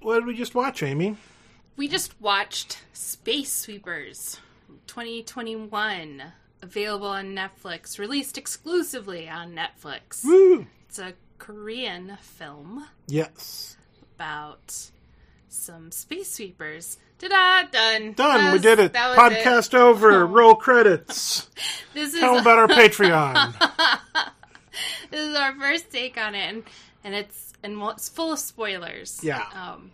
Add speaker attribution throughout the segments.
Speaker 1: What did we just watch, Amy?
Speaker 2: We just watched Space Sweepers 2021, available on Netflix, released exclusively on Netflix.
Speaker 1: Woo!
Speaker 2: It's a Korean film
Speaker 1: Yes.
Speaker 2: about some space sweepers. Ta-da! Done.
Speaker 1: Done.
Speaker 2: That
Speaker 1: we
Speaker 2: was-
Speaker 1: did it.
Speaker 2: that was
Speaker 1: Podcast over. Roll credits.
Speaker 2: This is
Speaker 1: Tell 'em about our Patreon.
Speaker 2: this is our first take on it, and, and it's and well, it's full of spoilers.
Speaker 1: Yeah.
Speaker 2: Um,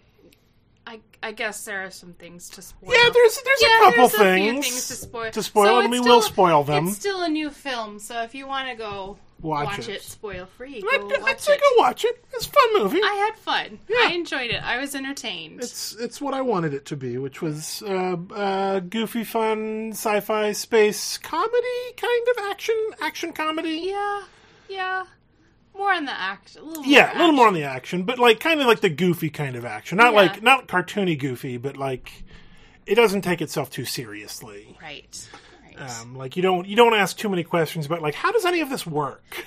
Speaker 2: I I guess there are some things to spoil.
Speaker 1: Yeah, there's there's
Speaker 2: Yeah,
Speaker 1: a couple
Speaker 2: there's
Speaker 1: things,
Speaker 2: a few things to spoil.
Speaker 1: to spoil,
Speaker 2: So
Speaker 1: and
Speaker 2: it's
Speaker 1: we
Speaker 2: still-
Speaker 1: will spoil them.
Speaker 2: It's still a new film, so if you want to go
Speaker 1: Watch
Speaker 2: watch,
Speaker 1: it.
Speaker 2: it, spoil free,
Speaker 1: I,
Speaker 2: go
Speaker 1: I
Speaker 2: watch
Speaker 1: think
Speaker 2: it.
Speaker 1: I'll watch it. It's a fun movie.
Speaker 2: I had fun.
Speaker 1: Yeah.
Speaker 2: I enjoyed it. I was entertained.
Speaker 1: It's it's what I wanted it to be, which was uh, uh, goofy, fun sci-fi space comedy kind of action action comedy.
Speaker 2: yeah, yeah. More on the act. A little more
Speaker 1: Yeah, a little
Speaker 2: act.
Speaker 1: more on the action, but like kind of like the goofy kind of action. Not
Speaker 2: Yeah.
Speaker 1: like not cartoony goofy, but like it doesn't take itself too seriously.
Speaker 2: Right. Right.
Speaker 1: Um, like you don't you don't ask too many questions about like how does any of this work?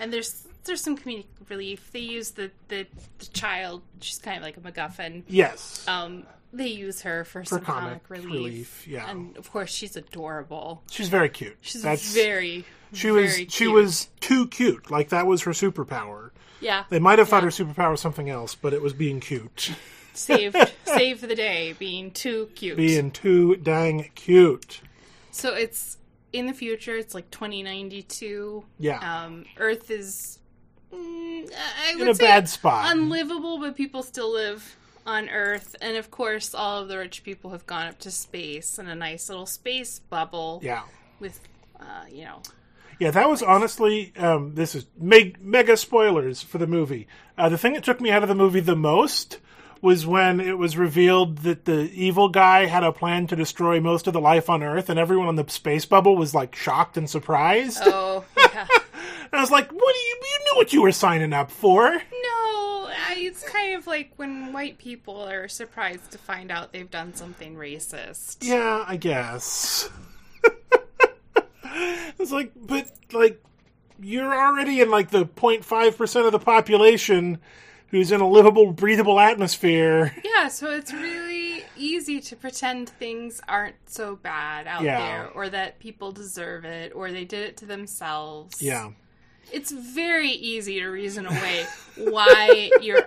Speaker 2: and there's there's some comedic relief. They use the the, the child. She's kind of like a MacGuffin.
Speaker 1: yes,
Speaker 2: Um, they use her for, some comic, relief.
Speaker 1: Yeah,
Speaker 2: and of course she's adorable.
Speaker 1: she's very cute.
Speaker 2: She's
Speaker 1: That's,
Speaker 2: very
Speaker 1: she was
Speaker 2: very
Speaker 1: she
Speaker 2: cute.
Speaker 1: was too cute. Like that was her superpower.
Speaker 2: yeah
Speaker 1: They might have thought her superpower was something else, but it was being cute.
Speaker 2: saved saved the day being too cute.
Speaker 1: Being too dang cute.
Speaker 2: so it's in the future. It's like 2092.
Speaker 1: Yeah.
Speaker 2: Um, Earth is mm, I would
Speaker 1: in a
Speaker 2: say
Speaker 1: bad spot.
Speaker 2: unlivable, but people still live on Earth. And of course, all of the rich people have gone up to space in a nice little space bubble
Speaker 1: yeah.
Speaker 2: with, uh, you know,
Speaker 1: Yeah, that was honestly, um, this is meg- mega spoilers for the movie. Uh, the thing that took me out of the movie the most was when it was revealed that the evil guy had a plan to destroy most of the life on Earth, and everyone on the space bubble was like shocked and surprised.
Speaker 2: oh, yeah.
Speaker 1: And I was like, what do you, you knew what you were signing up for?
Speaker 2: no. I, it's kind of like when white people are surprised to find out they've done something racist.
Speaker 1: Yeah, I guess. it's like, but like, you're already in like the 0.5 percent of the population who's in a livable, breathable atmosphere.
Speaker 2: Yeah, so it's really easy to pretend things aren't so bad out
Speaker 1: Yeah.
Speaker 2: there or that people deserve it or they did it to themselves.
Speaker 1: Yeah,
Speaker 2: It's very easy to reason away why you're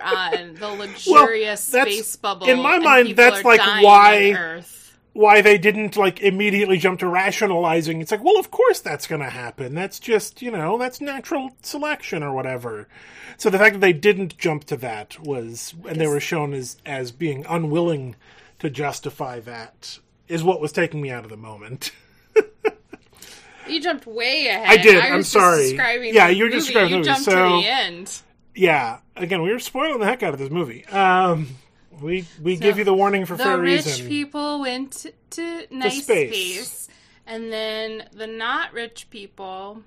Speaker 2: on the luxurious
Speaker 1: that's-
Speaker 2: space bubble.
Speaker 1: in my
Speaker 2: and
Speaker 1: mind,
Speaker 2: people
Speaker 1: that's
Speaker 2: are
Speaker 1: like
Speaker 2: dying
Speaker 1: why-
Speaker 2: on Earth.
Speaker 1: why they didn't like immediately jump to rationalizing? It's like, well, of course that's going to happen. That's just you know that's natural selection or whatever. So the fact that they didn't jump to that was, and they were shown as as being unwilling to justify that, is what was taking me out of the moment.
Speaker 2: You jumped way ahead.
Speaker 1: I did, I'm
Speaker 2: was just
Speaker 1: sorry.
Speaker 2: Describing
Speaker 1: Yeah,
Speaker 2: the
Speaker 1: you're
Speaker 2: movie.
Speaker 1: describing the
Speaker 2: You
Speaker 1: movie,
Speaker 2: jumped
Speaker 1: so-
Speaker 2: to the end.
Speaker 1: yeah again we were spoiling the heck out of this movie um we we give you the warning for
Speaker 2: The
Speaker 1: fair
Speaker 2: rich
Speaker 1: reason
Speaker 2: people went to, to nice
Speaker 1: space.
Speaker 2: space. and then the not rich people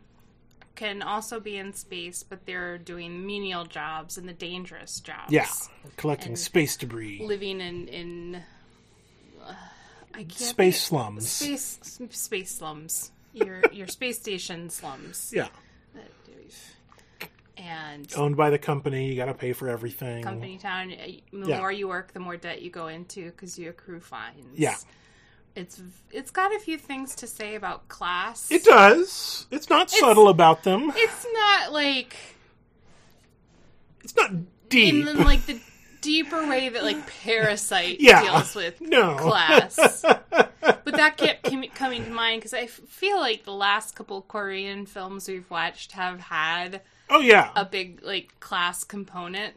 Speaker 2: can also be in space, but they're doing menial jobs and the dangerous jobs.
Speaker 1: yeah collecting space debris
Speaker 2: living in in uh, I can't
Speaker 1: space slums
Speaker 2: space space slums. Your your space station slums.
Speaker 1: yeah
Speaker 2: And
Speaker 1: owned by the company you gotta pay for everything
Speaker 2: company town. eh, The
Speaker 1: Yeah.
Speaker 2: more you work, the more debt you go into because you accrue fines.
Speaker 1: Yeah.
Speaker 2: It's it's got a few things to say about class.
Speaker 1: it does it's not subtle about them
Speaker 2: It's not like
Speaker 1: it's not deep
Speaker 2: in the, like the deeper way that like Parasite
Speaker 1: Yeah.
Speaker 2: deals with
Speaker 1: No.
Speaker 2: class. but that kept com- coming to mind because I f- feel like the last couple Korean films we've watched have had
Speaker 1: oh yeah
Speaker 2: a big like class component.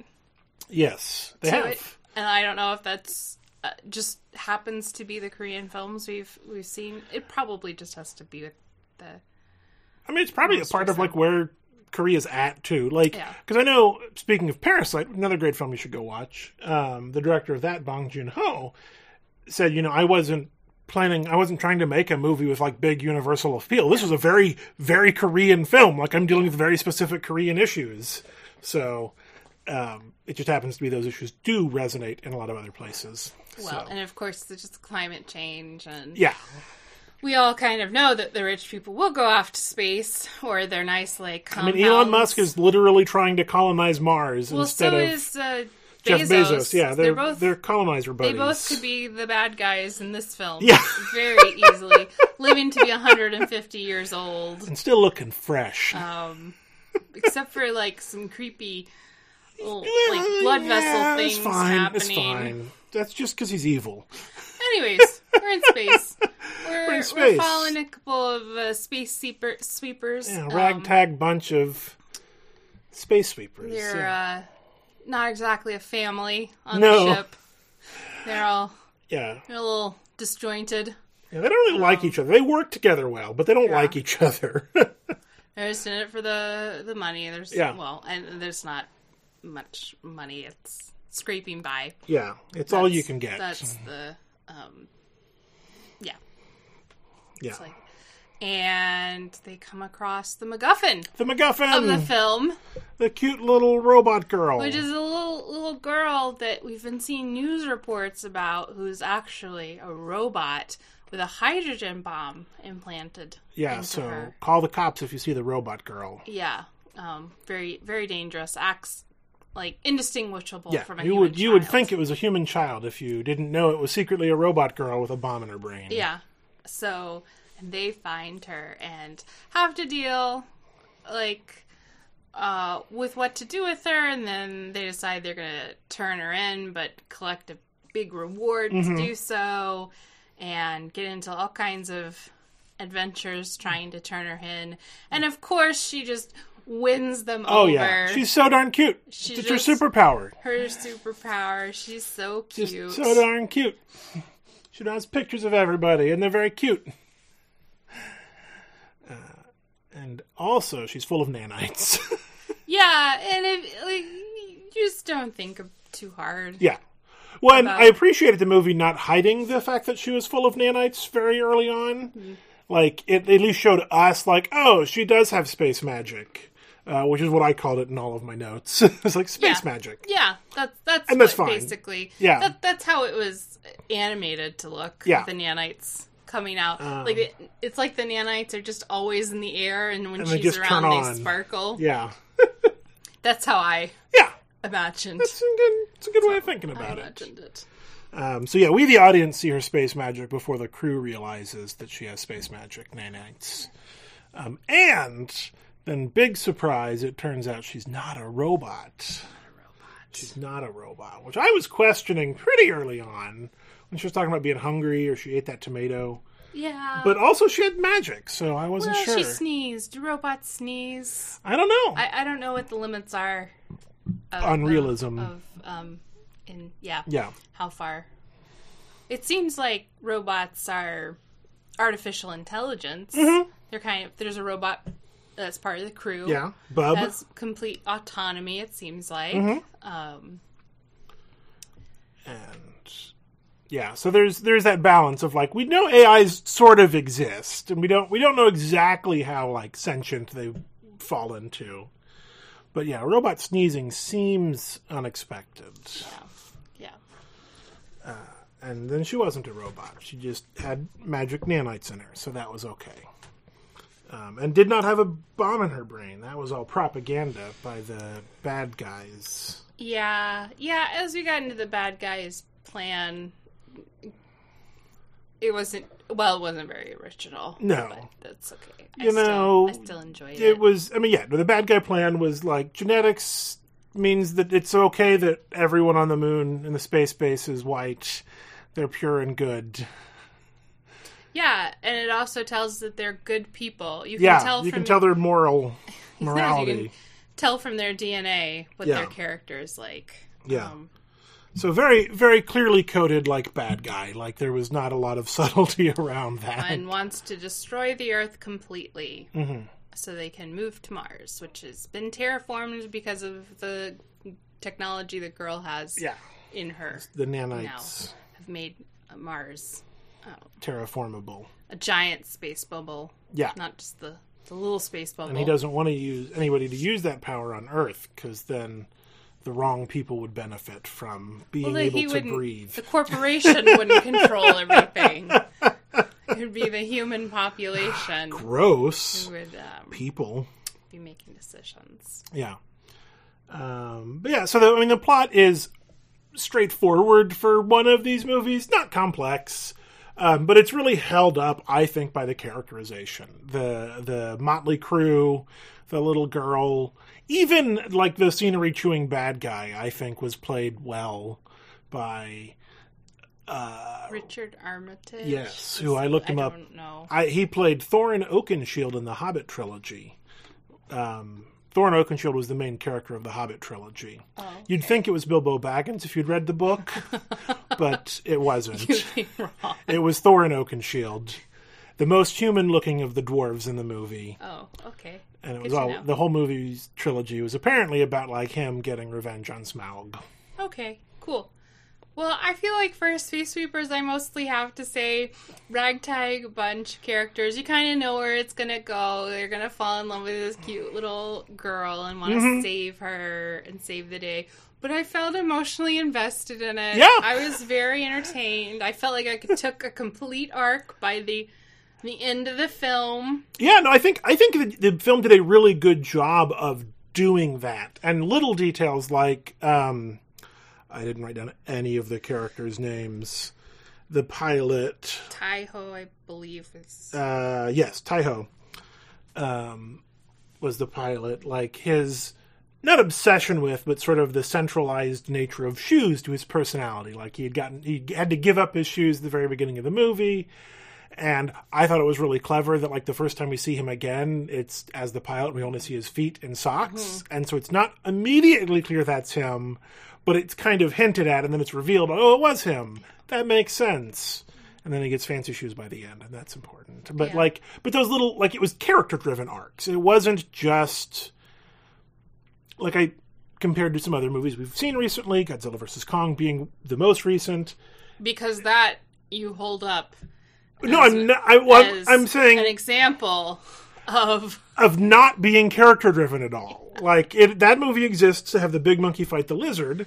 Speaker 1: yes they
Speaker 2: to
Speaker 1: have
Speaker 2: it. And I don't know if that's uh, just happens to be the Korean films we've we've seen. It probably just has to be with the
Speaker 1: I mean, it's probably a part of like where Korea's at too. Like,
Speaker 2: Yeah.
Speaker 1: because I know, speaking of Parasite, another great film you should go watch. Um, the director of that, Bong Joon Ho, said, you know, I wasn't planning, I wasn't trying to make a movie with like big universal appeal. This was a very, very Korean film. Like, I'm dealing with very specific Korean issues. So, um, it just happens to be those issues do resonate in a lot of other places.
Speaker 2: well,
Speaker 1: So,
Speaker 2: and of course there's just climate change and
Speaker 1: yeah,
Speaker 2: we all kind of know that the rich people will go off to space or they're nice like.
Speaker 1: I mean,
Speaker 2: compounds.
Speaker 1: Elon Musk is literally trying to colonize Mars
Speaker 2: well,
Speaker 1: instead
Speaker 2: so
Speaker 1: of
Speaker 2: is uh,
Speaker 1: Jeff
Speaker 2: Bezos.
Speaker 1: Bezos. Yeah, they're
Speaker 2: They're
Speaker 1: they're,
Speaker 2: both-
Speaker 1: colonizer buddies.
Speaker 2: They both could be the bad guys in this film.
Speaker 1: Yeah.
Speaker 2: Very easily. Living to be 150 years old.
Speaker 1: and still looking fresh.
Speaker 2: Um, except for like some creepy little, like blood
Speaker 1: Yeah,
Speaker 2: vessel
Speaker 1: it's
Speaker 2: things
Speaker 1: fine.
Speaker 2: happening.
Speaker 1: It's fine. That's just because he's evil.
Speaker 2: Anyways, we're in space. We're,
Speaker 1: in
Speaker 2: we're
Speaker 1: space.
Speaker 2: following a couple of uh, space sweeper, sweepers.
Speaker 1: Yeah,
Speaker 2: Um,
Speaker 1: ragtag bunch of space sweepers.
Speaker 2: they're
Speaker 1: Yeah.
Speaker 2: uh, not exactly a family on
Speaker 1: No.
Speaker 2: the ship. They're all
Speaker 1: yeah.
Speaker 2: they're a little disjointed.
Speaker 1: Yeah, they don't really like each other. They work together well, but they don't like each other.
Speaker 2: They're just in it for the the money. There's
Speaker 1: Yeah.
Speaker 2: well, and there's not much money. It's scraping by.
Speaker 1: yeah, it's all you can get.
Speaker 2: That's the um, yeah.
Speaker 1: yeah,
Speaker 2: It's like, and they come across the MacGuffin
Speaker 1: the
Speaker 2: of Oh, the
Speaker 1: MacGuffin, the,
Speaker 2: film,
Speaker 1: cute little robot girl.
Speaker 2: which is a little little girl that we've been seeing news reports about, who's actually a robot with a hydrogen bomb implanted.
Speaker 1: yeah,
Speaker 2: into
Speaker 1: so
Speaker 2: her.
Speaker 1: call the cops if you see the robot girl.
Speaker 2: yeah, um, very very dangerous acts, like indistinguishable
Speaker 1: Yeah,
Speaker 2: from a
Speaker 1: you
Speaker 2: human
Speaker 1: would you would
Speaker 2: child.
Speaker 1: think it was a human child if you didn't know it was secretly a robot girl with a bomb in her brain.
Speaker 2: Yeah. So and they find her and have to deal like uh with what to do with her and then they decide they're going to turn her in but collect a big reward
Speaker 1: Mhm.
Speaker 2: to do so and get into all kinds of adventures trying to turn her in. And of course she just wins them
Speaker 1: Oh
Speaker 2: over.
Speaker 1: yeah, she's so darn cute.
Speaker 2: She
Speaker 1: it's
Speaker 2: just-
Speaker 1: her superpower.
Speaker 2: her superpower. She's so cute.
Speaker 1: Just so darn cute. She draws pictures of everybody, and they're very cute. Uh, and also, she's full of nanites.
Speaker 2: yeah, and if like you just don't think of too hard.
Speaker 1: yeah. Well, and
Speaker 2: About-
Speaker 1: I appreciated the movie not hiding the fact that she was full of nanites very early on.
Speaker 2: Mm-hmm.
Speaker 1: Like, it at least showed us, like, oh, she does have space magic, uh, which is what I called it in all of my notes. it's like space
Speaker 2: Yeah.
Speaker 1: magic.
Speaker 2: Yeah, that's that's
Speaker 1: And that's
Speaker 2: what
Speaker 1: fine.
Speaker 2: basically.
Speaker 1: Yeah.
Speaker 2: that, that's how it was animated to look.
Speaker 1: Yeah. Um.
Speaker 2: with the nanites coming out. like it, it's like the nanites are just always in the air, and when
Speaker 1: And they
Speaker 2: she's
Speaker 1: just
Speaker 2: around,
Speaker 1: turn
Speaker 2: they
Speaker 1: on.
Speaker 2: sparkle.
Speaker 1: Yeah.
Speaker 2: That's how I
Speaker 1: Yeah.
Speaker 2: imagined.
Speaker 1: It's a good, it's a good way of thinking
Speaker 2: I
Speaker 1: about it.
Speaker 2: imagined it.
Speaker 1: Um, so yeah, we the audience see her space magic before the crew realizes that she has space magic nanites. Um, and then big surprise, it turns out she's not a robot. She's not a robot, which I was questioning pretty early on when she was talking about being hungry or she ate that tomato.
Speaker 2: Yeah,
Speaker 1: But also she had magic, so I wasn't
Speaker 2: well,
Speaker 1: sure.
Speaker 2: she sneezed. Do robots sneeze?
Speaker 1: I don't know.
Speaker 2: I, I don't know what the limits are. Of,
Speaker 1: On realism.
Speaker 2: of um, in yeah,
Speaker 1: yeah.
Speaker 2: how far. It seems like robots are artificial intelligence. They're kind of there's a robot that's part of the crew.
Speaker 1: Mm-hmm. Yeah. Uh-huh. Bub.
Speaker 2: Has complete autonomy, it seems like.
Speaker 1: Mm-hmm.
Speaker 2: Um,
Speaker 1: and yeah so there's there's that balance of like we know ais sort of exist and we don't we don't know exactly how like sentient they fall into but yeah robot sneezing seems unexpected
Speaker 2: yeah.
Speaker 1: and then she wasn't a robot she just had magic nanites in her so that was okay um, and did not have a bomb in her brain that was all propaganda by the bad guys
Speaker 2: Yeah. Yeah, as we got into the bad guys plan it wasn't well, it wasn't very original.
Speaker 1: No.
Speaker 2: But that's okay. I
Speaker 1: You
Speaker 2: still-
Speaker 1: know,
Speaker 2: I still enjoyed it.
Speaker 1: it was i mean yeah the bad guy plan was like genetics means that it's okay that everyone on the moon in the space base is white they're pure and good
Speaker 2: yeah, and it also tells that they're good people. You can
Speaker 1: yeah
Speaker 2: tell
Speaker 1: you
Speaker 2: from
Speaker 1: can tell their moral morality
Speaker 2: You can tell from their DNA what
Speaker 1: Yeah.
Speaker 2: their character is like.
Speaker 1: Yeah.
Speaker 2: Um,
Speaker 1: so very very clearly coded like bad guy like there was not a lot of subtlety around that
Speaker 2: and wants to destroy the Earth completely
Speaker 1: Mm-hmm.
Speaker 2: so they can move to Mars, which has been terraformed because of the technology the girl has
Speaker 1: yeah
Speaker 2: in her.
Speaker 1: the nanites
Speaker 2: Have made uh, Mars
Speaker 1: terraformable
Speaker 2: a giant space bubble,
Speaker 1: yeah
Speaker 2: not just the, the little space bubble.
Speaker 1: and he doesn't want to use anybody to use that power on earth because then the wrong people would benefit from being
Speaker 2: Well, that
Speaker 1: able
Speaker 2: he
Speaker 1: to
Speaker 2: wouldn't.
Speaker 1: breathe
Speaker 2: The corporation wouldn't control everything. It would be the human population who
Speaker 1: gross
Speaker 2: would um,
Speaker 1: people.
Speaker 2: be making decisions.
Speaker 1: Yeah. Um, but yeah, so the, I mean, the plot is straightforward for one of these movies, not complex. Um, but it's really held up, I think, by the characterization. The the motley crew, the little girl, even like the scenery chewing bad guy, I think was played well by uh,
Speaker 2: Richard Armitage.
Speaker 1: Yes, who I looked him up.
Speaker 2: don't know.
Speaker 1: I, he played Thorin Oakenshield in the Hobbit trilogy. Um, Thorin Oakenshield was the main character of the Hobbit trilogy.
Speaker 2: Oh.
Speaker 1: You'd think it was Bilbo Baggins if you'd read the book, but it wasn't.
Speaker 2: You'd be wrong.
Speaker 1: It was Thorin Oakenshield, the most human looking of the dwarves in the movie.
Speaker 2: Oh, okay.
Speaker 1: And it
Speaker 2: Good
Speaker 1: was
Speaker 2: to
Speaker 1: all
Speaker 2: know.
Speaker 1: the whole movie's trilogy was apparently about like him getting revenge on Smaug.
Speaker 2: Okay, cool. Well, I feel like for Space Sweepers, I mostly have to say ragtag bunch characters. You kind of know where it's going to go. They're going to fall in love with this cute little girl and want to
Speaker 1: Mm-hmm.
Speaker 2: save her and save the day. But I felt emotionally invested in it.
Speaker 1: Yeah.
Speaker 2: I was very entertained. I felt like I could- took a complete arc by the the end of the film.
Speaker 1: Yeah, no, I think I think the, the film did a really good job of doing that, and little details like um, I didn't write down any of the characters' names. The pilot,
Speaker 2: Taiho, I believe, is
Speaker 1: uh, yes, Taiho, um, was the pilot. Like his not obsession with, but sort of the centralized nature of shoes to his personality. Like he had gotten, he had to give up his shoes at the very beginning of the movie. And I thought it was really clever that, like, the first time we see him again, it's as the pilot, we only see his feet and socks. And so it's not immediately clear that's him, but it's kind of hinted at, and then it's revealed, oh, it was him. That makes sense. And then he gets fancy shoes by the end, and that's important. But,
Speaker 2: Yeah.
Speaker 1: like, but those little, like, it was character driven arcs. It wasn't just like I compared to some other movies we've seen recently, Godzilla vs Kong being the most recent.
Speaker 2: because that you hold up
Speaker 1: No, I'm not, I, well, I'm-
Speaker 2: as
Speaker 1: I'm saying
Speaker 2: an example of
Speaker 1: of not being character driven at all. Like it, that movie exists to have the big monkey fight the lizard.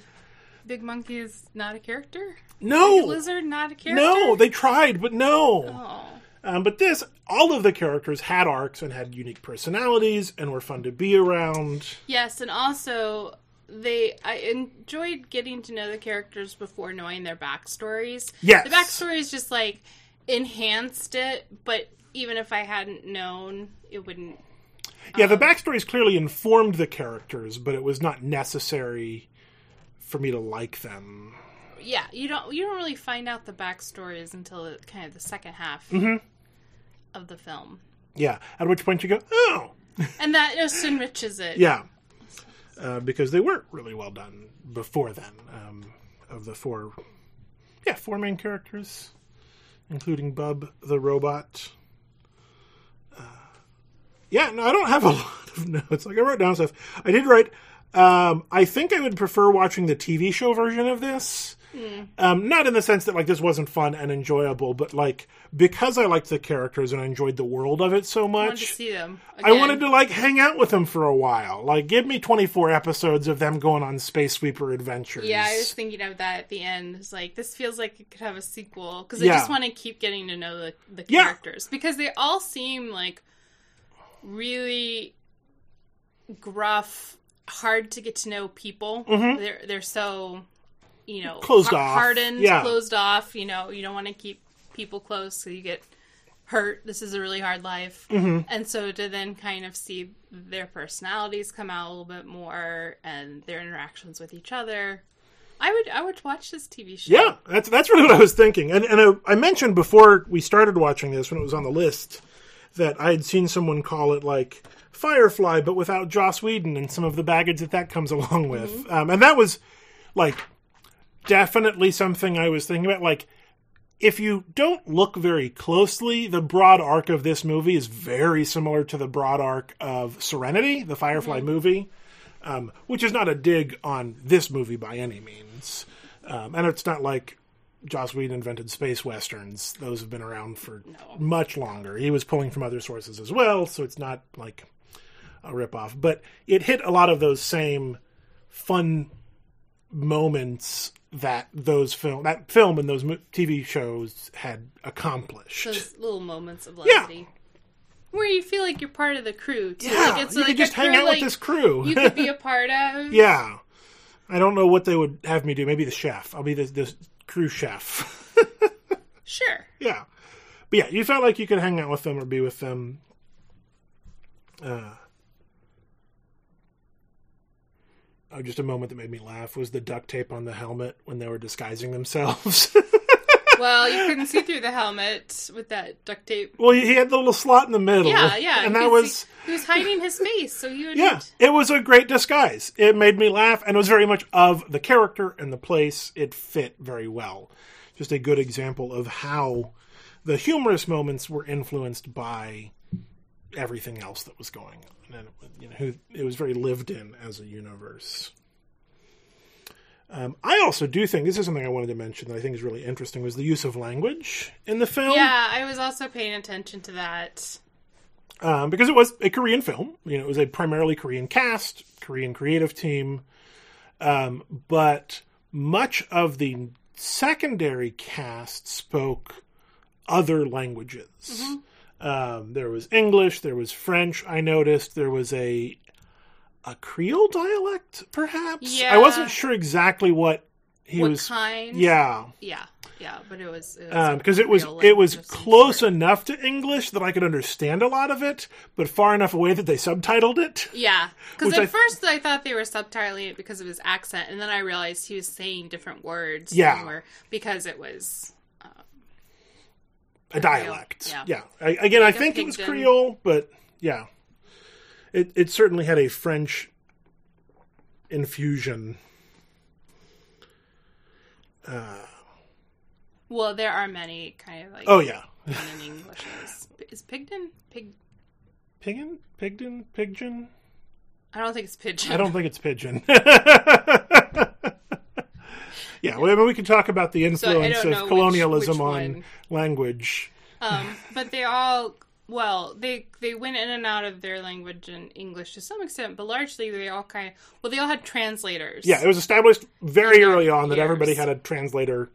Speaker 2: Big Monkey is not a character.
Speaker 1: No,
Speaker 2: Lizard not a character.
Speaker 1: no, they tried, but no.
Speaker 2: Oh,
Speaker 1: Um, but this, all of the characters had arcs and had unique personalities and were fun to be around.
Speaker 2: yes, and also they. I enjoyed getting to know the characters before knowing their backstories.
Speaker 1: Yes.
Speaker 2: the backstories just like enhanced it. But even if I hadn't known, it wouldn't.
Speaker 1: Yeah, the backstories clearly informed the characters, but it was not necessary for me to like them.
Speaker 2: Yeah, you don't. You don't really find out the backstories until it- kind of the second half
Speaker 1: Mm-hmm.
Speaker 2: of the film,
Speaker 1: Yeah. At which point you go, oh,
Speaker 2: and that just enriches it.
Speaker 1: yeah, uh, because they were really well done before then. Um, of the four, yeah, four main characters, including Bub the robot. Uh, yeah, no, I don't have a lot of notes. Like I wrote down stuff. I did write. Um, I think I would prefer watching the TV show version of this. Um, not in the sense that like this wasn't fun and enjoyable, but like because I liked the characters and I enjoyed the world of it so
Speaker 2: I
Speaker 1: much.
Speaker 2: wanted to see them.
Speaker 1: I
Speaker 2: again.
Speaker 1: wanted to like hang out with them for a while. Like, give me twenty four episodes of them going on space sweeper adventures.
Speaker 2: Yeah, I was thinking of that at the end. It's like this feels like it could have a sequel because I
Speaker 1: Yeah.
Speaker 2: just want to keep getting to know the, the
Speaker 1: Yeah.
Speaker 2: characters because they all seem like really gruff, hard to get to know people. They're they're so you know
Speaker 1: Mm-hmm. Closed
Speaker 2: har-
Speaker 1: off.
Speaker 2: hardened,
Speaker 1: Yeah.
Speaker 2: closed off. You know, you don't want to keep people close, so you get hurt. This is a really hard life.
Speaker 1: Mm-hmm.
Speaker 2: And so to then kind of see their personalities come out a little bit more and their interactions with each other. I would I would watch this TV show.
Speaker 1: yeah, that's that's really what I was thinking. And and I, I mentioned before we started watching this when it was on the list that I had seen someone call it like Firefly, but without Joss Whedon and some of the baggage that that comes along with. Um, and that was like definitely something I was thinking about. Like, if you don't look very closely, the broad arc of this movie is very similar to the broad arc of Serenity, the Firefly movie, um, which is not a dig on this movie by any means. Um, and it's not like Joss Whedon invented space westerns, those have been around for much longer. He was pulling from other sources as well, so it's not like a ripoff. But it hit a lot of those same fun moments that those film that film and those mo- TV shows had accomplished.
Speaker 2: Those little moments of levity. Where you feel like you're part of the crew too.
Speaker 1: yeah,
Speaker 2: like it's
Speaker 1: you
Speaker 2: like
Speaker 1: could just
Speaker 2: a
Speaker 1: hang
Speaker 2: crew,
Speaker 1: out
Speaker 2: like,
Speaker 1: with this crew.
Speaker 2: you could be a part of.
Speaker 1: yeah, I don't know what they would have me do. Maybe the chef. I'll be the, the crew chef.
Speaker 2: Sure.
Speaker 1: yeah, but yeah, you felt like you could hang out with them or be with them. Uh, oh, just a moment that made me laugh was the duct tape on the helmet when they were disguising themselves.
Speaker 2: Well, you couldn't see through the helmet with that duct tape.
Speaker 1: well, he had the little slot in the middle.
Speaker 2: Yeah, yeah.
Speaker 1: and
Speaker 2: you
Speaker 1: that
Speaker 2: could
Speaker 1: was.
Speaker 2: see- he was hiding his face, so you would
Speaker 1: Yeah, it was a great disguise. It made me laugh, and it was very much of the character and the place. It fit very well. Just a good example of how the humorous moments were influenced by everything else that was going on, and it, was- you know, who- it was very lived in as a universe. Um, I also do think this is something I wanted to mention that I think is really interesting was the use of language in the film.
Speaker 2: Yeah, I was also paying attention to that.
Speaker 1: um, because it was a Korean film. You know, it was a primarily Korean cast, Korean creative team, um, but much of the secondary cast spoke other languages.
Speaker 2: Mm-hmm.
Speaker 1: Um, there was English, there was French. I noticed there was a a Creole dialect, perhaps. I
Speaker 2: Yeah.
Speaker 1: wasn't sure exactly what he
Speaker 2: what
Speaker 1: was.
Speaker 2: kind?
Speaker 1: Yeah
Speaker 2: yeah, yeah. But it was because
Speaker 1: because Um, it was it was close enough to English that I could understand a lot of it, but far enough away that they subtitled it.
Speaker 2: Yeah, because
Speaker 1: Which
Speaker 2: at
Speaker 1: I-
Speaker 2: first I thought they were subtitling it because of his accent, and then I realized he was saying different words. than
Speaker 1: Yeah.
Speaker 2: were- because it was
Speaker 1: A dialect,
Speaker 2: yeah.
Speaker 1: I, again, I
Speaker 2: a
Speaker 1: think it was
Speaker 2: pidgin.
Speaker 1: Creole, but yeah, it it certainly had a French infusion.
Speaker 2: well, there are many kind of like
Speaker 1: Oh yeah,
Speaker 2: in English. Is, is Pigden pig?
Speaker 1: Pigin, Pigden, Pidgin.
Speaker 2: I don't think it's pigeon.
Speaker 1: I don't think it's pigeon. yeah, well, I mean, we can talk about the
Speaker 2: So I
Speaker 1: influence
Speaker 2: don't know
Speaker 1: of
Speaker 2: which-
Speaker 1: colonialism
Speaker 2: which
Speaker 1: on
Speaker 2: one.
Speaker 1: language.
Speaker 2: Um, but they all well, they they went in and out of their language and English to some extent, but largely they all kind of well, they all had translators.
Speaker 1: Yeah, it was established very
Speaker 2: Yeah,
Speaker 1: early on that
Speaker 2: years.
Speaker 1: everybody had a translator.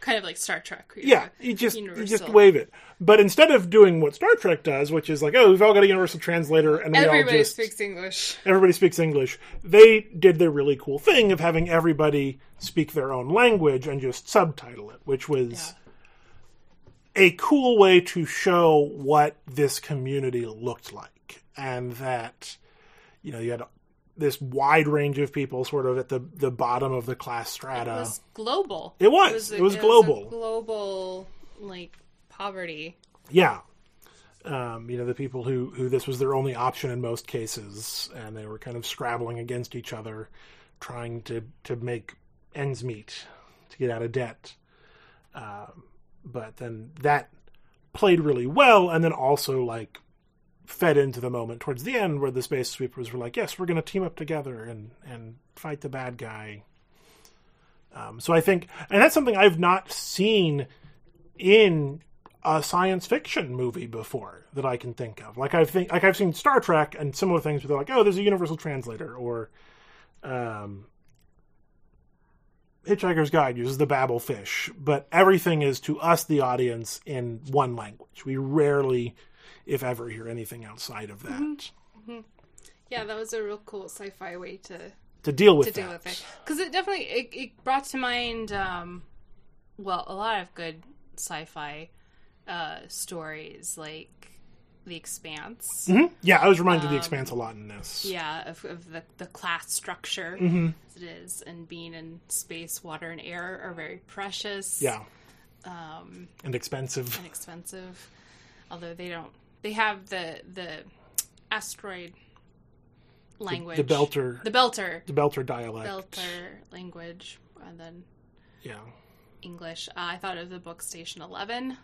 Speaker 2: kind of like Star Trek. you
Speaker 1: Yeah,
Speaker 2: know,
Speaker 1: you just you just
Speaker 2: universal.
Speaker 1: wave it. But instead of doing what Star Trek does, which is like, oh, we've all got a universal translator and we
Speaker 2: Everybody
Speaker 1: all just
Speaker 2: speaks English.
Speaker 1: everybody speaks English. They did the really cool thing of having everybody speak their own language and just subtitle it, which was a cool way to show what this community looked like and that you know you had this wide range of people sort of at the the bottom of the class strata.
Speaker 2: It was global.
Speaker 1: It was. It was global.
Speaker 2: a global like poverty.
Speaker 1: Yeah. Um, you know, the people who, who this was their only option in most cases, and they were kind of scrabbling against each other, trying to, to make ends meet, to get out of debt. Um, but then that played really well, and then also, like, fed into the moment towards the end where the space sweepers were like, yes, we're going to team up together and, and fight the bad guy. Um, so I think, and that's something I've not seen in a science fiction movie before that I can think of. Like I've think, like I've seen Star Trek and similar things where they're like, oh, there's a universal translator, or um, Hitchhiker's Guide uses the Babel fish, but everything is to us the audience in one language. We rarely, if ever, hear anything outside of that
Speaker 2: Mm-hmm. Yeah, that was a real cool sci-fi way to
Speaker 1: to deal with
Speaker 2: to deal
Speaker 1: that.
Speaker 2: with it because it definitely it, it brought to mind um well a lot of good sci-fi uh stories like the expanse
Speaker 1: Mhm. Yeah, I was reminded
Speaker 2: Um,
Speaker 1: of the Expanse a lot in this.
Speaker 2: yeah of, of the, the class structure
Speaker 1: Mm-hmm.
Speaker 2: as it is and being in space water and air are very precious
Speaker 1: Yeah.
Speaker 2: Um,
Speaker 1: and expensive.
Speaker 2: and expensive although they don't they have the the asteroid language
Speaker 1: The Belter,
Speaker 2: the belter
Speaker 1: the Belter dialect.
Speaker 2: belter language and then
Speaker 1: Yeah.
Speaker 2: English. Uh, I thought of the book Station Eleven,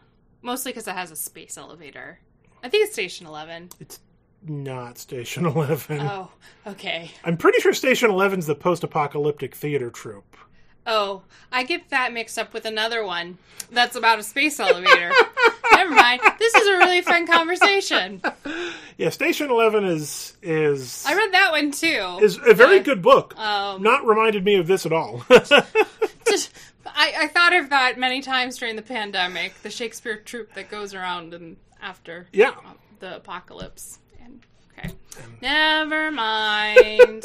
Speaker 2: mostly because it has a space elevator. I think it's Station Eleven.
Speaker 1: It's not Station 11.
Speaker 2: Oh, okay.
Speaker 1: I'm pretty sure Station 11's the post-apocalyptic theater troupe.
Speaker 2: Oh, I get that mixed up with another one that's about a space elevator. Never mind. This is a really fun conversation.
Speaker 1: Yeah, Station 11 is is
Speaker 2: I read that one too.
Speaker 1: is a very good book.
Speaker 2: Um,
Speaker 1: Not reminded me of this at all.
Speaker 2: Just- I, I thought of that many times during the pandemic. The Shakespeare troupe that goes around and after
Speaker 1: yeah.
Speaker 2: uh, the apocalypse. And okay, never mind.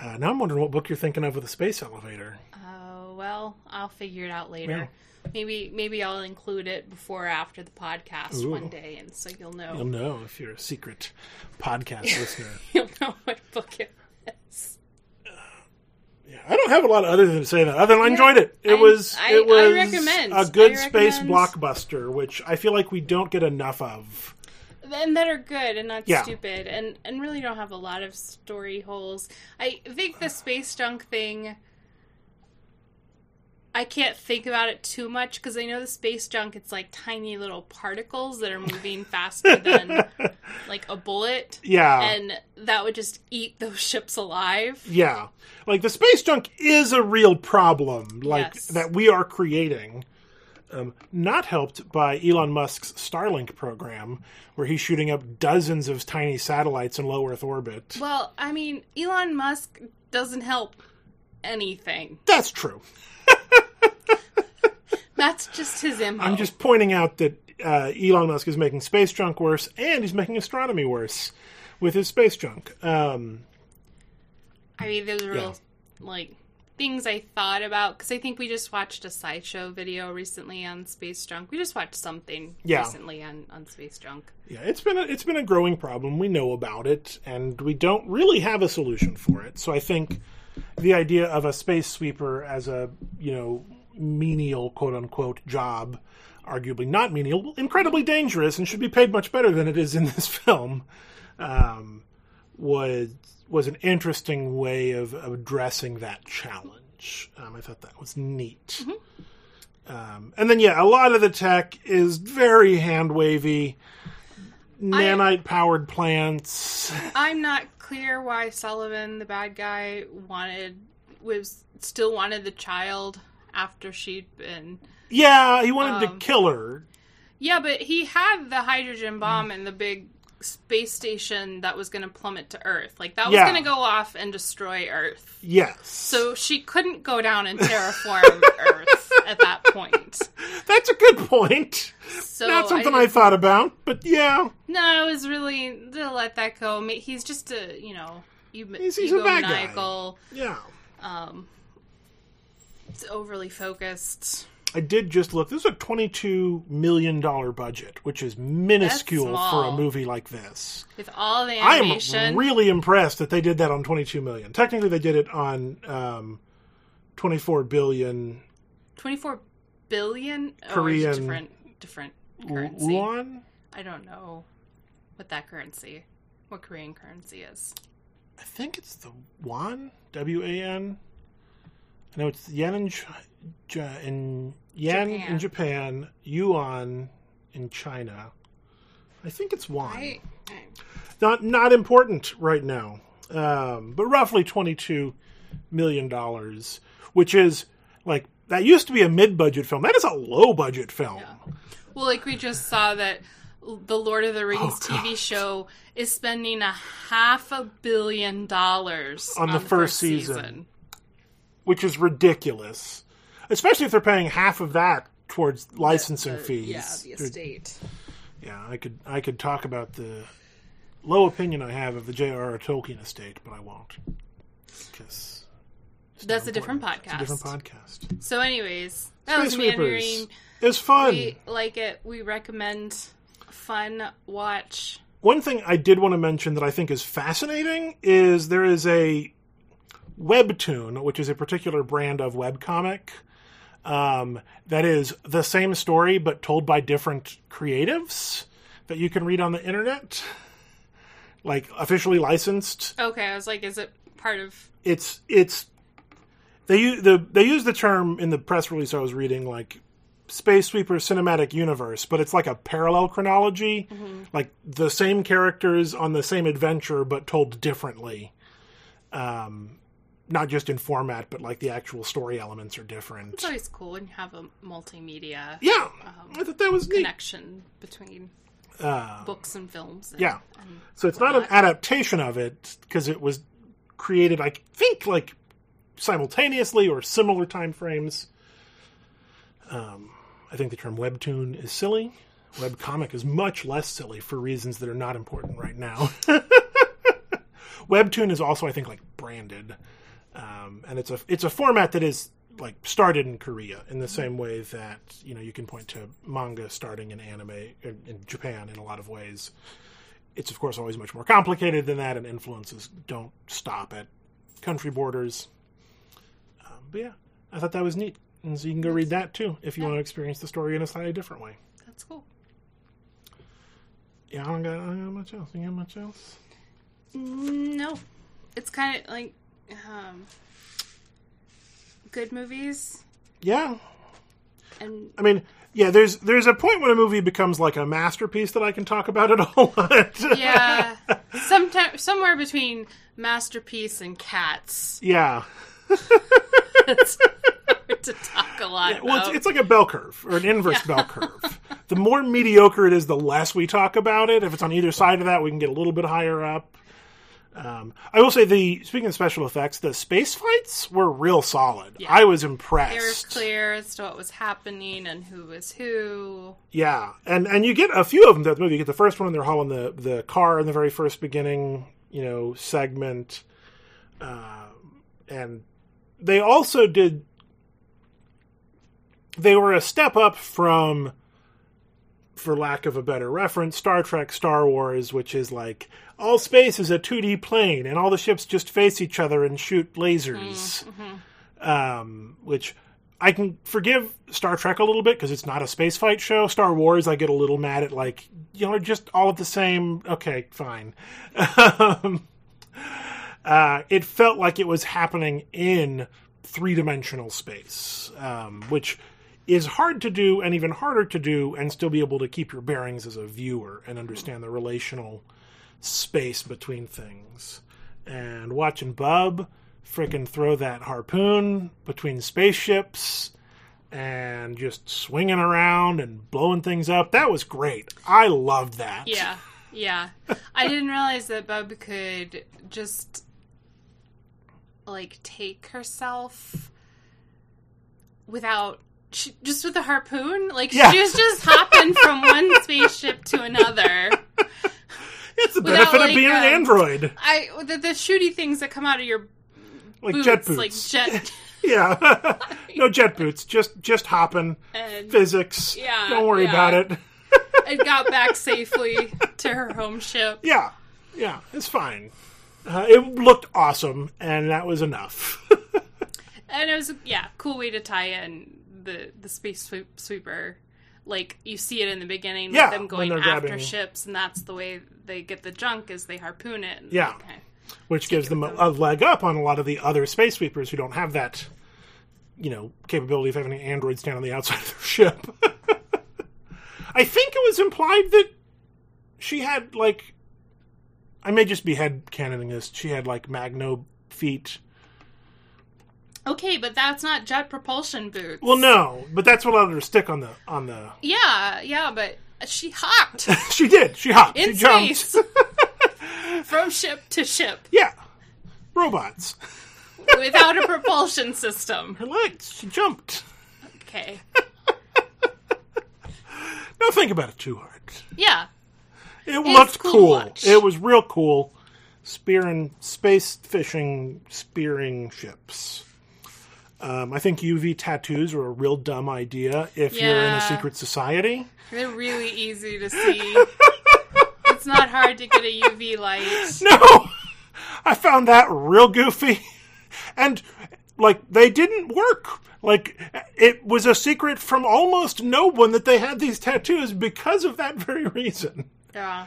Speaker 1: Uh, now I'm wondering what book you're thinking of with a space elevator.
Speaker 2: Oh well, I'll figure it out later. Maybe maybe I'll include it before or after the podcast
Speaker 1: Ooh.
Speaker 2: one day, and so you'll know
Speaker 1: You'll know if you're a secret podcast listener.
Speaker 2: you'll know what book it is.
Speaker 1: Yeah, I don't have a lot other than to say that. Other than I enjoyed it. It
Speaker 2: I-
Speaker 1: was
Speaker 2: I-
Speaker 1: it
Speaker 2: I
Speaker 1: was
Speaker 2: recommend.
Speaker 1: a good
Speaker 2: I
Speaker 1: space
Speaker 2: recommend.
Speaker 1: blockbuster, which I feel like we don't get enough of.
Speaker 2: and that are good and not
Speaker 1: Yeah.
Speaker 2: stupid and and really don't have a lot of story holes i think the space junk thing i can't think about it too much because i know the space junk it's like tiny little particles that are moving faster than like a bullet
Speaker 1: Yeah.
Speaker 2: and that would just eat those ships alive
Speaker 1: yeah. Like the space junk is a real problem like
Speaker 2: Yes.
Speaker 1: that we are creating. Um, not helped by Elon Musk's Starlink program, where he's shooting up dozens of tiny satellites in low Earth orbit.
Speaker 2: well i mean elon musk doesn't help anything
Speaker 1: That's true.
Speaker 2: that's just his MO.
Speaker 1: I'm just pointing out that uh, Elon Musk is making space junk worse, and he's making astronomy worse with his space junk. Um,
Speaker 2: I mean, those were
Speaker 1: Yeah.
Speaker 2: all, like things I thought about because I think we just watched a sideshow video recently on space junk. We just watched something
Speaker 1: Yeah.
Speaker 2: recently on on space junk.
Speaker 1: yeah, it's been a, it's been a growing problem. We know about it, and we don't really have a solution for it. So I think the idea of a space sweeper as a you know menial quote unquote job, arguably not menial, incredibly dangerous, and should be paid much better than it is in this film. Um, was was an interesting way of addressing that challenge. Um, I thought that was neat.
Speaker 2: Mm-hmm.
Speaker 1: Um, and then, yeah, a lot of the tech is very hand wavy, nanite powered plants.
Speaker 2: I'm not clear why Sullivan, the bad guy, wanted was still wanted the child after she'd been.
Speaker 1: Yeah, he wanted
Speaker 2: Um,
Speaker 1: to kill her.
Speaker 2: Yeah, but he had the
Speaker 1: Mm.
Speaker 2: hydrogen bomb and the big space station that was going to plummet to Earth. Like that was
Speaker 1: Yeah.
Speaker 2: going to go off and destroy Earth.
Speaker 1: Yes.
Speaker 2: So she couldn't go down and terraform Earth at that point.
Speaker 1: that's a good point.
Speaker 2: So
Speaker 1: Not something
Speaker 2: I,
Speaker 1: I, thought about, but yeah,
Speaker 2: No, it was really to let that go. Ma- He's just a you know e-
Speaker 1: He's- he's a bad guy.
Speaker 2: egomaniacal,
Speaker 1: yeah.
Speaker 2: um, it's overly focused.
Speaker 1: I did just look. This is a $22 million budget, which is minuscule for a
Speaker 2: small.
Speaker 1: movie like this.
Speaker 2: With all the
Speaker 1: I am
Speaker 2: animation,
Speaker 1: really impressed that they did that on 22 million. Technically, they did it on um, 24 billion
Speaker 2: twenty-four billion or is
Speaker 1: Korean-
Speaker 2: it different different currency.
Speaker 1: won.
Speaker 2: I don't know what that currency, what Korean currency is.
Speaker 1: I think it's the won. W a n. I know it's yen in, Chi- Ja- in yen in
Speaker 2: Japan.
Speaker 1: Japan, yuan in China. I think it's won.
Speaker 2: I, I
Speaker 1: Not not important right now, um, but roughly 22 million dollars, which is like that used to be a mid-budget film. That is a low-budget film.
Speaker 2: Well, like we just saw that l- the Lord of the Rings
Speaker 1: Oh,
Speaker 2: TV show is spending a half a billion dollars
Speaker 1: On the first season. which is ridiculous, especially if they're paying half of that towards licensing fees.
Speaker 2: Yeah, the estate.
Speaker 1: Yeah, I could I could talk about the low opinion I have of the J.R.R. Tolkien estate, but I won't because
Speaker 2: That's a different
Speaker 1: It's a
Speaker 2: podcast.
Speaker 1: different podcast.
Speaker 2: So, anyways, that was
Speaker 1: Space
Speaker 2: Mandarin.
Speaker 1: Reapers. It's fun.
Speaker 2: We like it. We recommend fun watch.
Speaker 1: One thing I did want to mention that I think is fascinating is there is a webtoon, which is a particular brand of webcomic, um, that is the same story but told by different creatives that you can read on the internet, like officially licensed.
Speaker 2: Okay, I was like, is it part of?
Speaker 1: It's it's they use the they use the term in the press release I was reading like Space Sweeper cinematic universe, but it's like a parallel chronology, like the same characters on the same adventure but told differently. Um, not just in format, but like the actual story elements are different.
Speaker 2: It's always cool when you have a multimedia um,
Speaker 1: yeah, I thought that was neat. Uh, Um,
Speaker 2: connection between books and films. And,
Speaker 1: yeah.
Speaker 2: and
Speaker 1: So it's not an adaptation of it because it was created, I think, like simultaneously or similar time frames. Um, I think the term webtoon is silly. Webcomic is much less silly for reasons that are not important right now. Webtoon is also, I think, like branded, um, and it's a it's a format that is like started in Korea in the same way that you know you can point to manga starting in anime in, in Japan in a lot of ways. It's of course always much more complicated than that, and influences don't stop at country borders. Um, but yeah, I thought that was neat, and so you can go read that too if you want to experience the story in a slightly different way.
Speaker 2: That's cool.
Speaker 1: Yeah, I don't got, I don't got much else. You got much else?
Speaker 2: Mm, No, it's kind of like um, good movies
Speaker 1: Yeah,
Speaker 2: and
Speaker 1: I mean, yeah. There's there's a point when a movie becomes like a masterpiece that I can talk about it a whole lot.
Speaker 2: yeah, sometime somewhere between masterpiece and cats.
Speaker 1: yeah.
Speaker 2: It's hard to talk a lot.
Speaker 1: Well,
Speaker 2: about.
Speaker 1: it's, it's like a bell curve or an inverse bell curve. The more mediocre it is, the less we talk about it. If it's on either side of that, we can get a little bit higher up. Um, I will say the speaking of special effects, the space fights were real solid.
Speaker 2: Yeah.
Speaker 1: I was
Speaker 2: It was
Speaker 1: impressed.
Speaker 2: clear as to what was happening and who was who.
Speaker 1: Yeah, and and you get a few of them throughout the movie. You get the first one; they're hauling the the car in the very first beginning, you know, segment, uh, and they also did. They were a step up from, for lack of a better reference, Star Trek, Star Wars, which is like all space is a two D plane, and all the ships just face each other and shoot lasers um, which I can forgive Star Trek a little bit because it's not a space fight show. Star Wars, I get a little mad at like you know just all of the same. Okay, fine. um, uh, it felt like it was happening in three dimensional space, um, which is hard to do and even harder to do, and still be able to keep your bearings as a viewer and understand the relational space between things. And watching Bub freaking throw that harpoon between spaceships and just swinging around and blowing things up, that was great. I loved that.
Speaker 2: Yeah, yeah. I didn't realize that Bub could just like take herself without she, just with a harpoon. Like
Speaker 1: Yeah.
Speaker 2: she was just hopping from one spaceship to another.
Speaker 1: It's the
Speaker 2: Without,
Speaker 1: benefit of
Speaker 2: like,
Speaker 1: being an
Speaker 2: um,
Speaker 1: android,
Speaker 2: I the, the shooty things that come out of your
Speaker 1: like
Speaker 2: boots,
Speaker 1: jet boots.
Speaker 2: like jet.
Speaker 1: yeah, no jet boots, just just hopping.
Speaker 2: And
Speaker 1: Physics.
Speaker 2: Yeah,
Speaker 1: don't worry
Speaker 2: yeah.
Speaker 1: about it.
Speaker 2: it got back safely to her home ship.
Speaker 1: Yeah, yeah, it's fine. Uh, it looked awesome, and that was enough.
Speaker 2: And it was yeah, cool way to tie in the the space sweep, sweeper. Like you see it in the beginning
Speaker 1: Yeah,
Speaker 2: with them
Speaker 1: when
Speaker 2: going
Speaker 1: they're
Speaker 2: after
Speaker 1: grabbing-
Speaker 2: ships, and that's the way they get the junk is they harpoon it. And
Speaker 1: Yeah.
Speaker 2: okay.
Speaker 1: which gives them a, a leg up on a lot of the other space sweepers who don't have that, you know, capability of having an android stand on the outside of their ship. I think it was implied that she had like, I may just be head cannoning this. She had like magno feet.
Speaker 2: Okay, but that's not jet propulsion boots.
Speaker 1: Well, no, but that's what allowed her to stick on the on the.
Speaker 2: Yeah, yeah, but she hopped
Speaker 1: She did. She hopped.
Speaker 2: in
Speaker 1: she jumped.
Speaker 2: space from ship to ship
Speaker 1: Yeah, robots.
Speaker 2: without a propulsion system.
Speaker 1: Her legs. She jumped.
Speaker 2: Okay.
Speaker 1: Don't think about it too hard.
Speaker 2: Yeah.
Speaker 1: It looked
Speaker 2: cool to
Speaker 1: cool.
Speaker 2: watch.
Speaker 1: It was real cool. Spearing, space fishing, spearing ships. Um, I think UV tattoos were a real dumb idea if you're in a
Speaker 2: Yeah.
Speaker 1: secret society.
Speaker 2: They're really easy to see. it's not hard to get a UV light.
Speaker 1: No! I found that real goofy. And, like, they didn't work. Like, it was a secret from almost no one that they had these tattoos because of that very reason.
Speaker 2: Yeah,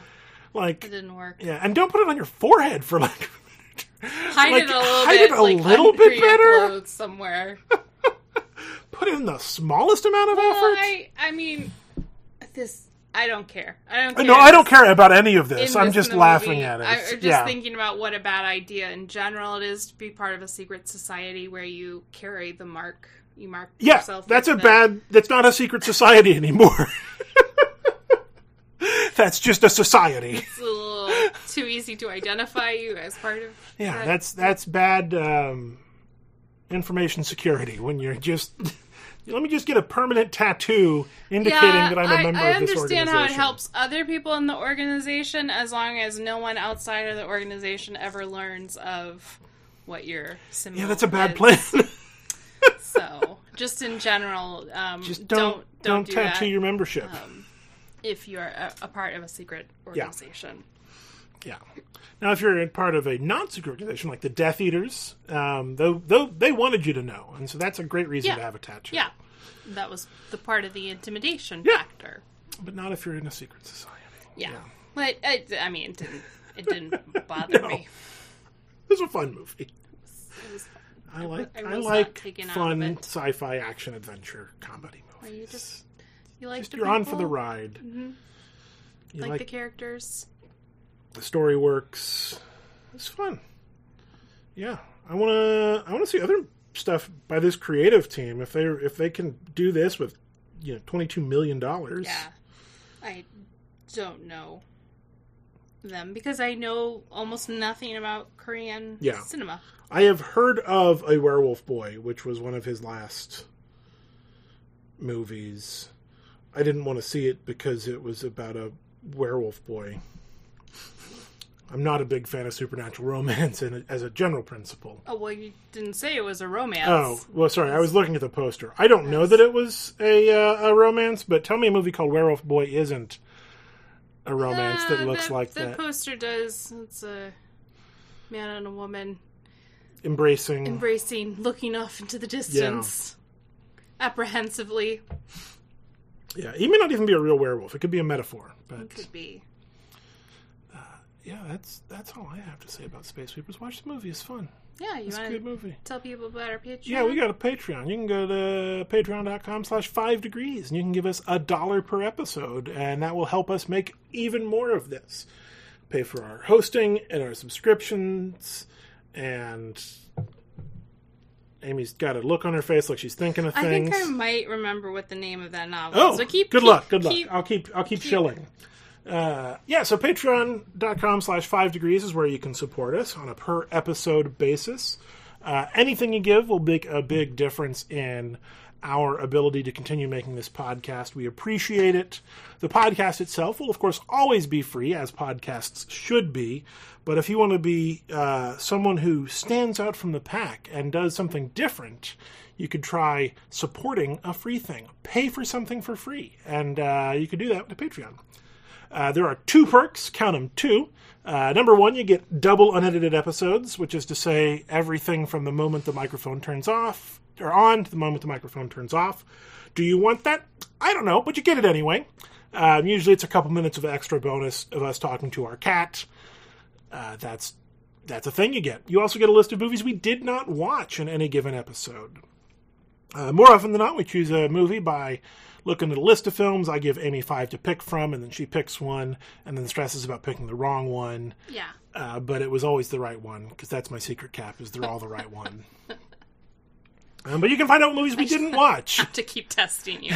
Speaker 1: Like,
Speaker 2: it didn't work.
Speaker 1: yeah, and don't put it on your forehead for like
Speaker 2: Hide
Speaker 1: Like,
Speaker 2: it a little
Speaker 1: hide
Speaker 2: bit.
Speaker 1: it a
Speaker 2: like,
Speaker 1: little
Speaker 2: under
Speaker 1: bit
Speaker 2: your
Speaker 1: better?
Speaker 2: clothes somewhere.
Speaker 1: put in the smallest amount of
Speaker 2: Well,
Speaker 1: effort.
Speaker 2: I, I mean, this. I don't care. I don't. Care
Speaker 1: Uh, No, I don't
Speaker 2: It's
Speaker 1: care about any of
Speaker 2: in
Speaker 1: this. I'm
Speaker 2: this
Speaker 1: just
Speaker 2: movie.
Speaker 1: laughing at it.
Speaker 2: I, or just
Speaker 1: yeah.
Speaker 2: thinking about what a bad idea in general it is to be part of a secret society where you carry the mark. You mark
Speaker 1: yeah,
Speaker 2: yourself.
Speaker 1: that's a
Speaker 2: with the-
Speaker 1: bad. That's not a secret society anymore. that's just a society.
Speaker 2: It's a little too easy to identify you as part of.
Speaker 1: Yeah,
Speaker 2: that.
Speaker 1: that's that's bad um, information security when you're just let me just get a permanent tattoo indicating
Speaker 2: Yeah,
Speaker 1: that I'm a
Speaker 2: I-
Speaker 1: member
Speaker 2: I
Speaker 1: of this
Speaker 2: understand
Speaker 1: organization.
Speaker 2: how it helps other people in the organization as long as no one outside of the organization ever learns of what your symbol
Speaker 1: Yeah, that's a bad
Speaker 2: is.
Speaker 1: plan.
Speaker 2: so, just in general, um,
Speaker 1: just
Speaker 2: don't
Speaker 1: don't don't,
Speaker 2: do
Speaker 1: tattoo
Speaker 2: that Um,
Speaker 1: your membership.
Speaker 2: if you're a, a part of a secret organization.
Speaker 1: Yeah. Now, if you're a part of a non-secret organization like the Death Eaters, um, though, though they wanted you to know, and so that's a great reason
Speaker 2: Yeah.
Speaker 1: to have a tattoo.
Speaker 2: Yeah. That was the part of the intimidation
Speaker 1: Yeah.
Speaker 2: factor.
Speaker 1: but not if you're in a secret society.
Speaker 2: Yeah. But I, I mean, it didn't it didn't bother
Speaker 1: No.
Speaker 2: me.
Speaker 1: This is a fun movie.
Speaker 2: It was fine.
Speaker 1: I like I,
Speaker 2: I was not
Speaker 1: like
Speaker 2: taken out of
Speaker 1: fun
Speaker 2: it.
Speaker 1: sci-fi action adventure comedy movies.
Speaker 2: you just You liked
Speaker 1: Just-
Speaker 2: the
Speaker 1: you're on for the
Speaker 2: people? Mm-hmm.
Speaker 1: ride. You
Speaker 2: Like,
Speaker 1: like
Speaker 2: the characters.
Speaker 1: the story works. It's fun. Yeah, I want to. I want to see other stuff by this creative team. If they if they can do this with you know twenty two million dollars.
Speaker 2: Yeah. I don't know them because I know almost nothing about Korean
Speaker 1: Yeah.
Speaker 2: cinema.
Speaker 1: I have heard of a Werewolf Boy, which was one of his last movies. I didn't want to see it because it was about a werewolf boy. I'm not a big fan of supernatural romance in as a general principle.
Speaker 2: Oh, well, you didn't say it was a romance.
Speaker 1: Oh, well, sorry. I was looking at the poster. I don't know that it was a uh, a romance, but tell me a movie called Werewolf Boy isn't a romance
Speaker 2: Uh,
Speaker 1: that looks like
Speaker 2: the
Speaker 1: that,
Speaker 2: poster does. It's a man and a woman
Speaker 1: embracing.
Speaker 2: embracing, looking off into the distance, apprehensively.
Speaker 1: yeah, he may not even be a real werewolf. It could be a metaphor, but
Speaker 2: Could be.
Speaker 1: yeah, that's that's all I have to say about Space Sweepers. Watch the movie; it's fun.
Speaker 2: Yeah, you
Speaker 1: It's a
Speaker 2: want
Speaker 1: good
Speaker 2: to
Speaker 1: movie.
Speaker 2: tell people about our Patreon?
Speaker 1: Yeah, we got a Patreon. You can go to patreon.com slash five degrees and you can give us a dollar per episode, and that will help us make even more of this. Pay for our hosting and our subscriptions, and Amy's got a look on her face like she's thinking of
Speaker 2: I
Speaker 1: things.
Speaker 2: think I might remember what the name of that novel
Speaker 1: Oh,
Speaker 2: is. So keep,
Speaker 1: good
Speaker 2: keep-
Speaker 1: luck. Good luck.
Speaker 2: keep-
Speaker 1: I'll keep. I'll keep, shilling. Uh, yeah. So Patreon.com/slash Five Degrees is where you can support us on a per episode basis. Uh, anything you give will make a big difference in our ability to continue making this podcast. We appreciate it. The podcast itself will, of course, always be free, as podcasts should be. But if you want to be uh, someone who stands out from the pack and does something different, you could try supporting a free thing. Pay for something for free. And uh, you could do that with Patreon. Uh, there are two perks, count them two. Uh, number one, you get double unedited episodes, which is to say everything from the moment the microphone turns off or on to the moment the microphone turns off. Do you want that? I don't know, but you get it anyway. Um, usually, it's a couple minutes of extra bonus of us talking to our cat. Uh, that's that's a thing you get. You also get a list of movies we did not watch in any given episode. Uh, more often than not, we choose a movie by looking at a list of films. I give Amy five to pick from, and then she picks one, and then stresses about picking the wrong one.
Speaker 2: Yeah.
Speaker 1: Uh, but it was always the right one because that's my secret cap: is they're all the right one. Um, but you can find out what movies we didn't watch.
Speaker 2: to keep testing you.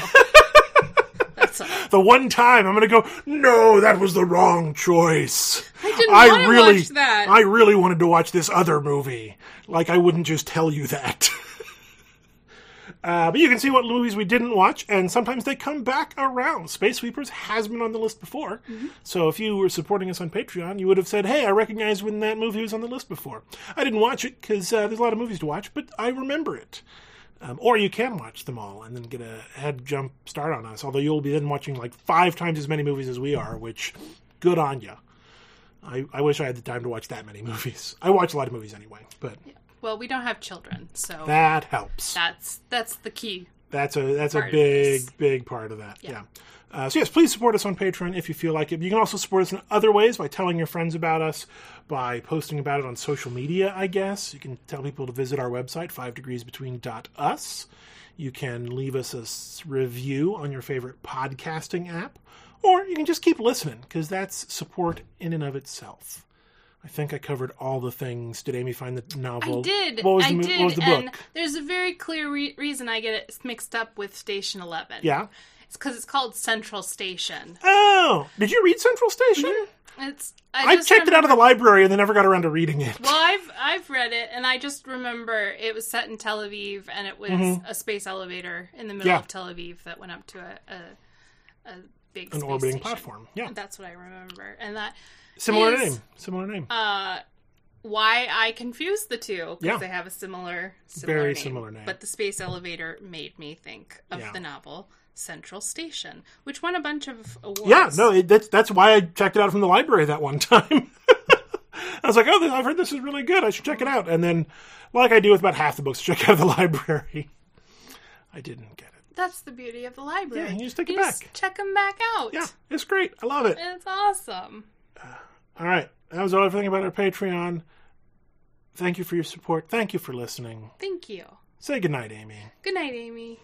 Speaker 2: That's all.
Speaker 1: The one time I'm going to go, no, that was the wrong choice. I
Speaker 2: didn't wanna
Speaker 1: really,
Speaker 2: watch that."
Speaker 1: I really wanted to watch this other movie. Like I wouldn't just tell you that. Uh, but you can see what movies we didn't watch, and sometimes they come back around. Space Sweepers has been on the list before,
Speaker 2: Mm-hmm.
Speaker 1: so if you were supporting us on Patreon, you would have said, "Hey, I recognize when that movie was on the list before. I didn't watch it because uh, there's a lot of movies to watch, but I remember it." Um, or you can watch them all and then get a head jump start on us. Although you'll be then watching like five times as many movies as we are, which good on you. I, I wish I had the time to watch that many movies. I watch a lot of movies anyway, but
Speaker 2: Well, we don't have children, so
Speaker 1: that helps.
Speaker 2: that's that's the key.
Speaker 1: That's a that's a
Speaker 2: of this.
Speaker 1: big big part of that. Yeah. Uh, so yes, please support us on Patreon if you feel like it. You can also support us in other ways by telling your friends about us, by posting about it on social media. I guess you can tell people to visit our website five degrees between dot us. You can leave us a s- review on your favorite podcasting app, or you can just keep listening because that's support in and of itself. I think I covered all the things. Did Amy find the novel?
Speaker 2: I did.
Speaker 1: What was
Speaker 2: I
Speaker 1: the, mo-
Speaker 2: did,
Speaker 1: What was the
Speaker 2: and
Speaker 1: book?
Speaker 2: there's a very clear re- reason I get it mixed up with Station Eleven.
Speaker 1: Yeah.
Speaker 2: It's because it's called Central Station.
Speaker 1: Oh, did you read Central Station?
Speaker 2: It's
Speaker 1: I,
Speaker 2: just
Speaker 1: checked it out of the
Speaker 2: remember-
Speaker 1: library and then never got around to reading it.
Speaker 2: Well, I've I've read it, and I just remember it was set in Tel Aviv, and it was a space elevator in the middle
Speaker 1: Mm-hmm. Yeah.
Speaker 2: of Tel Aviv that went up to a a, a big
Speaker 1: An
Speaker 2: space
Speaker 1: orbiting
Speaker 2: station.
Speaker 1: platform. Yeah,
Speaker 2: That's what I remember, and that
Speaker 1: similar
Speaker 2: is-
Speaker 1: name. Similar name.
Speaker 2: uh, why I confused the two because
Speaker 1: Yeah.
Speaker 2: they have a similar, similar
Speaker 1: Very
Speaker 2: name.
Speaker 1: similar name.
Speaker 2: But the space elevator made me think of
Speaker 1: Yeah.
Speaker 2: the novel Central Station, which won a bunch of awards.
Speaker 1: yeah, no, it, that's that's why I checked it out from the library that one time. I was like, oh, I've heard this is really good. I should check it out. And then, like I do with about half the books, check out of the library. I didn't get it.
Speaker 2: that's the beauty of the library.
Speaker 1: Yeah, you just take it back.
Speaker 2: check them back out.
Speaker 1: Yeah, it's great. I love it.
Speaker 2: It's awesome.
Speaker 1: All right, that was everything about our Patreon. Thank you for your support. Thank you for listening.
Speaker 2: Thank you.
Speaker 1: Say goodnight, Amy.
Speaker 2: Good night, Amy.